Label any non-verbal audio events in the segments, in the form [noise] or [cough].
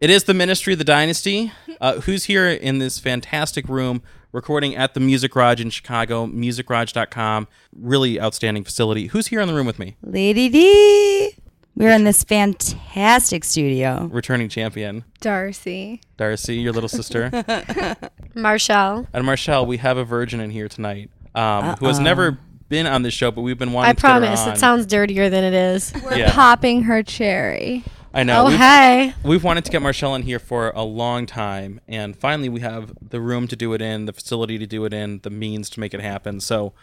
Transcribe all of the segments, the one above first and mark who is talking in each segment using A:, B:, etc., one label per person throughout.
A: It is the Ministry of the Dynasty. Uh, who's here in this fantastic room recording at the Music Garage in Chicago, musicgarage.com. Really outstanding facility. Who's here in the room with me?
B: Lady D. We're in this fantastic
C: [laughs]
B: studio.
A: Returning champion,
C: Darcy.
A: Darcy, your little sister.
D: [laughs]
C: Marshall.
A: and Marshall, we have a virgin in here tonight um, who has never been on this show, but we've been wanting
D: I
A: to get her
D: promise.
A: on.
D: It sounds dirtier than it
A: [laughs]
D: is.
C: We're
A: Yeah.
C: popping her cherry.
A: I know.
D: oh,
A: we've-
D: hey.
A: We've wanted to get Marshall in here for a long time, and finally we have the room to do it in, the facility to do it in, the means to make it happen. So,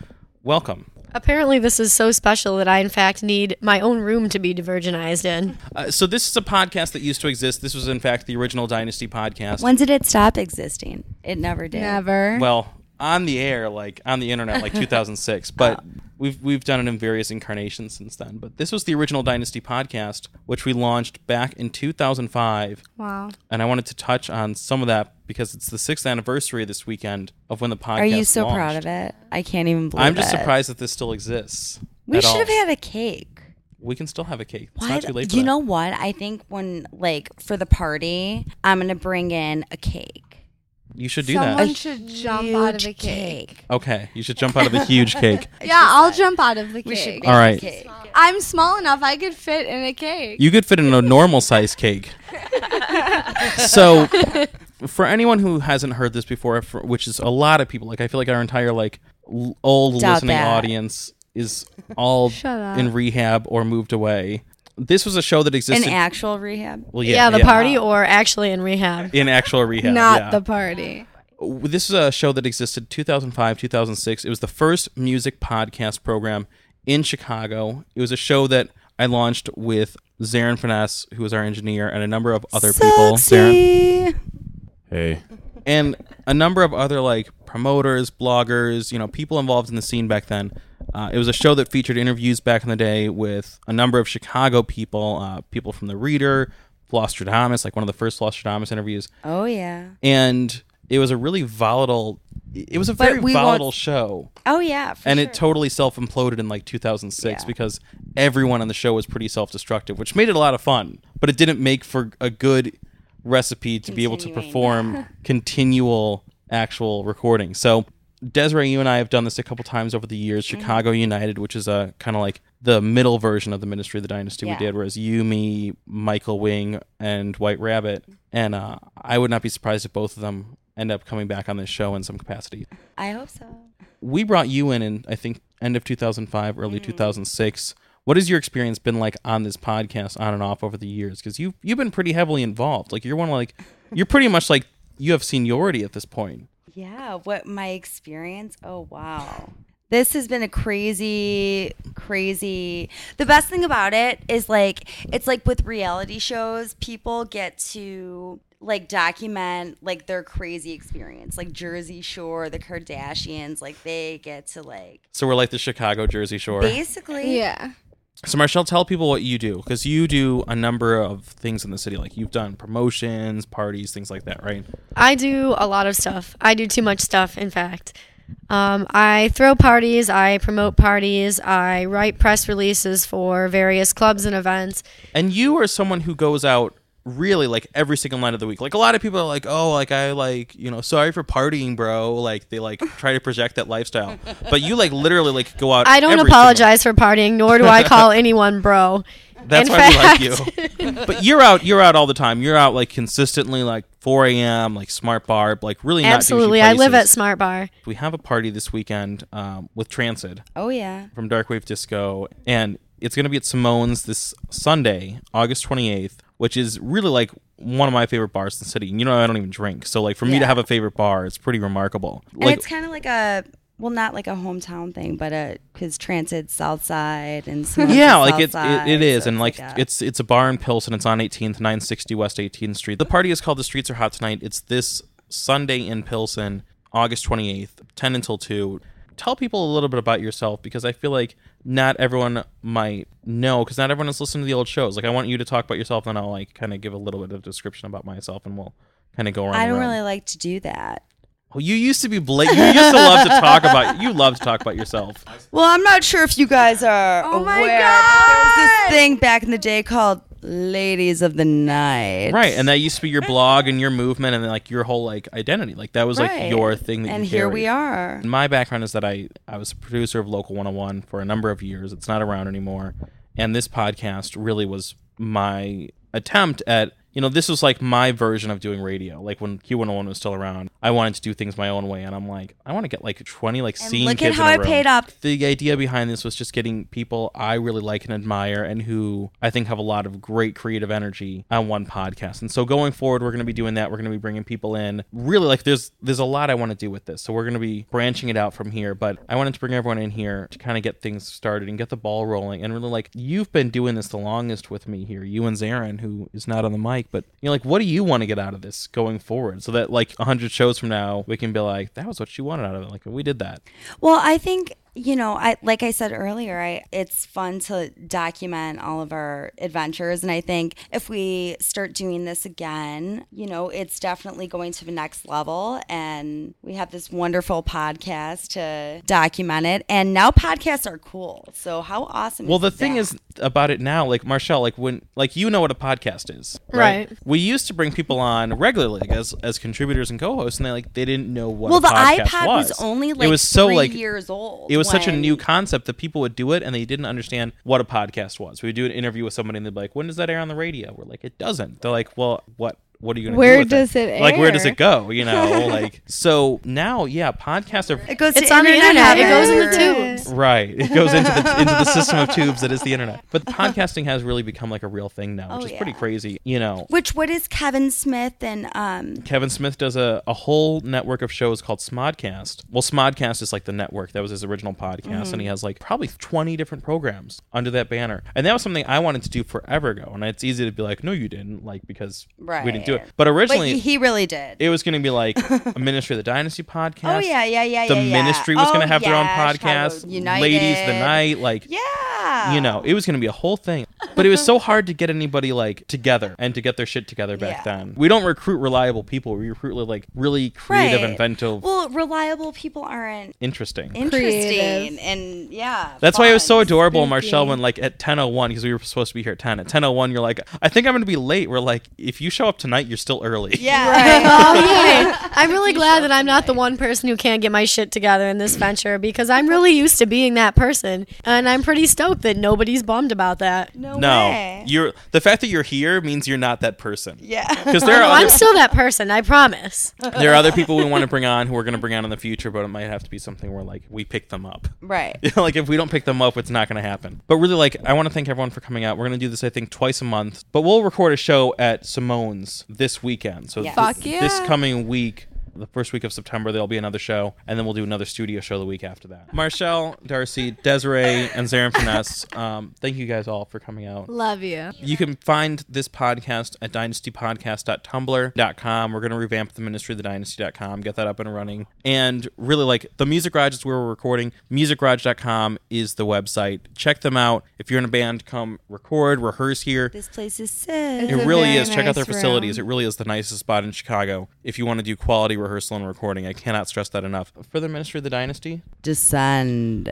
A: welcome.
D: Apparently, this is so special that I, in fact, need my own room to be divergenized in.
A: Uh, so, this is a podcast that used to exist. This was, in fact, the original Dynasty podcast.
B: When did it stop existing? It never did.
C: Never.
A: well, on the air, like on the internet,
B: [laughs]
A: like 2006. But
B: Oh.
A: we've we've done it in various incarnations since then. But this was the original Dynasty podcast, which we launched back in 2005.
C: wow.
A: And I wanted to touch on some of that because it's the sixth anniversary this weekend of when the podcast.
B: Are you so
A: launched.
B: proud of it? I can't even believe
A: I'm just
B: it.
A: surprised that this still exists.
B: We
A: at
B: should
A: all.
B: have had a cake.
A: We can still have a cake. It's
B: Why
A: not
B: d-
A: too late. For
B: you
A: that.
B: know what? I think when like for the party, I'm gonna bring in a cake.
A: you should do
C: Someone
A: that.
C: should jump out of
B: Huge
C: the cake.
A: Okay, you should jump out of
B: [laughs]
A: the huge cake.
C: Yeah, I'll jump out of the
B: We should
C: cake.
B: make
A: All right.
B: a cake.
C: I'm small enough I could fit in a cake.
A: You could fit in a normal size cake. so, for anyone who hasn't heard this before, for, which is a lot of people, like I feel like our entire like l- old
B: Doubt
A: listening
B: that.
A: audience is all
C: Shut up.
A: in rehab or moved away. This was a show that
B: An
A: existed.
B: actual rehab.
A: well,
D: Yeah, the party or actually in rehab.
A: in actual rehab.
C: Not
A: yeah.
C: the party.
A: w- this is a show that existed 2005 2006 it was the first music podcast program in chicago it was a show that i launched with zarin finesse who was our engineer and a number of other people Zarin,
B: Sucksy.
E: Hey,
A: and a number of other like promoters bloggers you know people involved in the scene back then uh, it was a show that featured interviews back in the day with a number of chicago people uh, people from the reader Flostradamus, like one of the first Flostradamus interviews,
B: Oh yeah.
A: and it was a really volatile. It was a
B: But
A: very
B: we won't-
A: volatile show.
B: Oh yeah. for
A: and
B: sure.
A: it totally self imploded in like 2006
B: Yeah.
A: because everyone on the show was pretty self destructive, which made it a lot of fun, but it didn't make for a good recipe to be able to
B: Continuing. [laughs]
A: perform continual actual recording. So, Desiree, you and I have done this a couple times over the years.
B: Mm-hmm.
A: Chicago United, which is a kind of like the middle version of the Ministry of the Dynasty
B: Yeah.
A: we did, whereas you, me, Michael Wing, and White Rabbit. And uh, I would not be surprised if both of them end up coming back on this show in some capacity
B: I hope so.
A: we brought you in in I think end of 2005, early 2006. What has your experience been like on this podcast, on and off over the years? Because you you've been pretty heavily involved. Like you're one of like you're pretty much like you have seniority at this point.
B: Yeah, what my experience? Oh, wow. This has been a crazy, crazy. The best thing about it is like, it's like with reality shows, people get to like document like their crazy experience, like Jersey Shore, the Kardashians, like they get to like
A: So we're like the Chicago Jersey Shore.
B: basically.
C: Yeah.
A: So Marshall, tell people what you do because you do a number of things in the city. Like you've done promotions, parties, things like that, right?
D: I do a lot of stuff. I do too much stuff, in fact. Um, I throw parties, I promote parties, I write press releases for various clubs and events.
A: And you are someone who goes out really like every single night of the week. Like a lot of people are like, "Oh, like I like, you know, sorry for partying, bro." Like they like try to project that lifestyle. But you like literally like go out
D: I don't
A: every
D: apologize for partying, nor do
A: [laughs]
D: I call anyone bro.
A: single- That's
D: In
A: why
D: fact- [laughs]
A: we like you. But you're out you're out all the time. You're out like consistently like 4 a.m. like smart barb, like really not douchey
D: Absolutely. I live at
A: places.
D: Smart Bar.
A: We have a party this weekend um, with Transit.
B: Oh, yeah.
A: from Darkwave Disco, and it's going to be at Simone's this Sunday, August 28th, which is really like one of my favorite bars in the city. And you know, I don't even drink, so like for me to
B: Yeah.
A: have a favorite bar, it's pretty remarkable.
B: And
A: like
B: it's kind of like a, well, not like a hometown thing, but a, because Transit South Side and Simone's
A: yeah,
B: is
A: like it,
B: South
A: it, it
B: Side,
A: is,
B: so
A: and like,
B: a-
A: it's it's a bar in Pilsen. It's on 18th, 960 West 18th Street. The party is called "The Streets Are Hot Tonight." It's this Sunday in Pilsen, August 28th, 10 until 2. Tell people a little bit about yourself because I feel like not everyone might know because not everyone has listened to the old shows. Like I want you to talk about yourself, and I'll like kind of give a little bit of description about myself, and we'll kind of go around.
B: I
A: the
B: don't
A: room.
B: really like to do that.
A: Oh, you used to be Blake. You used to love to talk about. You love to talk about yourself.
B: Well, I'm not sure if you guys are
C: Oh my
B: aware. but There was this thing back in the day called ladies of the night.
A: Right, and that used to be your blog and your movement and like your whole like identity. Like that was like
B: Right.
A: your thing that
B: and
A: you
B: here we
A: carried.
B: are.
A: My background is that I I was a producer of Local 101 for a number of years. It's not around anymore. And this podcast really was my attempt at you know, this was like my version of doing radio. Like when Q101 was still around, I wanted to do things my own way, and I'm like, I want to get like 20 like
B: And
A: scene
B: look at
A: kids
B: how
A: in a
B: I
A: room.
B: paid up.
A: The idea behind this was just getting people I really like and admire and who I think have a lot of great creative energy on one podcast. And so going forward, we're going to be doing that. We're going to be bringing people in. Really, like there's there's a lot I want to do with this. So we're going to be branching it out from here. But I wanted to bring everyone in here to kind of get things started and get the ball rolling. And really, like you've been doing this the longest with me here, you and Zarin, who is not on the mic. But you know, like what do you want to get out of this going forward? So that like 100 shows from now, we can be like, that was what she wanted out of it. Like we did that.
B: Well, I think you know, I like I said earlier, I it's fun to document all of our adventures, and I think if we start doing this again, you know, it's definitely going to the next level, and we have this wonderful podcast to document it. And now podcasts are cool, so how awesome!
A: Well,
B: is
A: the thing
B: that?
A: is about it now, like Marshall, like when, like you know what a podcast is,
D: Right.
A: We used to bring people on regularly like, as as contributors and co-hosts, and they like they didn't know what.
B: well,
A: a
B: the
A: podcast
B: iPod was, only like
A: it was so
B: three
A: like
B: years old.
A: it was such a
B: when-
A: new concept that people would do it and they didn't understand what a podcast was. We would do an interview with somebody and they'd be like, "When does that air on the radio?" We're like, "It doesn't." They're like, "Well, what?" What are you going to
C: Where
A: do with
C: does it
A: Like, where does
C: air?
A: it go? You
B: [laughs]
A: know, like, so now, yeah, podcasts are
B: It goes
D: It's
B: to
D: on the internet. It goes in
B: everywhere.
D: the tubes. [laughs]
A: Right. It goes into the, into the system of tubes that is the internet.
B: [laughs]
A: But podcasting has really become like a real thing now, which
B: Oh,
A: is pretty
B: yeah.
A: crazy. You know,
B: Which what is Kevin Smith and um
A: Kevin Smith does a, a whole network of shows called Smodcast. Well, Smodcast is like the network. That was his original podcast,
B: Mm-hmm.
A: and he has like probably 20 different programs under that banner. And that was something I wanted to do forever ago. And it's easy to be like, no, you didn't, like, because we didn't do it.
B: Right.
A: But
B: but
A: originally,
B: he, he really did.
A: it was going to be
B: [laughs]
A: like a Ministry of the Dynasty podcast.
B: Oh yeah, yeah, yeah,
A: The
B: yeah, yeah.
A: ministry was going to
B: Oh,
A: have their own
B: yeah,
A: podcast.
B: Chicago United.
A: Ladies the Night. Like,
B: Yeah.
A: you know, it was going to be a whole thing. But it was so hard to get anybody like together and to get their shit together back
B: Yeah.
A: then. We don't recruit reliable people. We recruit like really creative,
B: Right.
A: inventive,
B: Well, reliable people aren't
A: interesting.
B: interesting
C: Creative.
B: and yeah.
A: That's why it was so
B: fun.
A: adorable, Marshall, when like at 10.01, because we were supposed to be here at 10. At 10.01, you're like, I think I'm going to be late. We're like, if you show up tonight, you're still early.
B: Yeah.
D: Oh, [laughs] I'm really glad that I'm not the one person who can't get my shit together in this venture because I'm really used to being that person. And I'm pretty stoked that nobody's bummed about that.
B: [laughs] No,
A: [laughs] No,
B: way.
A: you're the fact that you're here means you're not that person.
B: yeah.
A: Because there are
B: [laughs]
D: I'm
A: other,
D: still that person, I promise.
A: there are other people we want to bring on who we're going to bring on in the future, but it might have to be something where like we pick them up.
B: right.
A: [laughs] You know, like if we don't pick them up, it's not going to happen. But really, like I want to thank everyone for coming out. We're going to do this, I think, twice a month. But we'll record a show at Simone's this weekend. So
B: Yes.
A: thi-
C: Fuck yeah.
A: this coming week. The first week of September, there'll be another show, and then we'll do another studio show the week after that. Marshall, Darcy, Desiree, and Zarin Finesse, um, thank you guys all for coming out.
C: Love you.
A: You can find this podcast at dynastypodcast.tumblr.com. We're going to revamp the ministry of the dynasty.com, get that up and running. And really, like the Music Garage is where we're recording. MusicGarage.com is the website. Check them out. If you're in a band, come record, rehearse here.
B: This place is sick.
A: It
C: a
A: really
C: very
A: is. Check out their
C: nice
A: facilities.
C: room.
A: It really is the nicest spot in Chicago if you want to do quality rehearsal and recording. I cannot stress that enough. For the Ministry of the Dynasty,
B: Descend.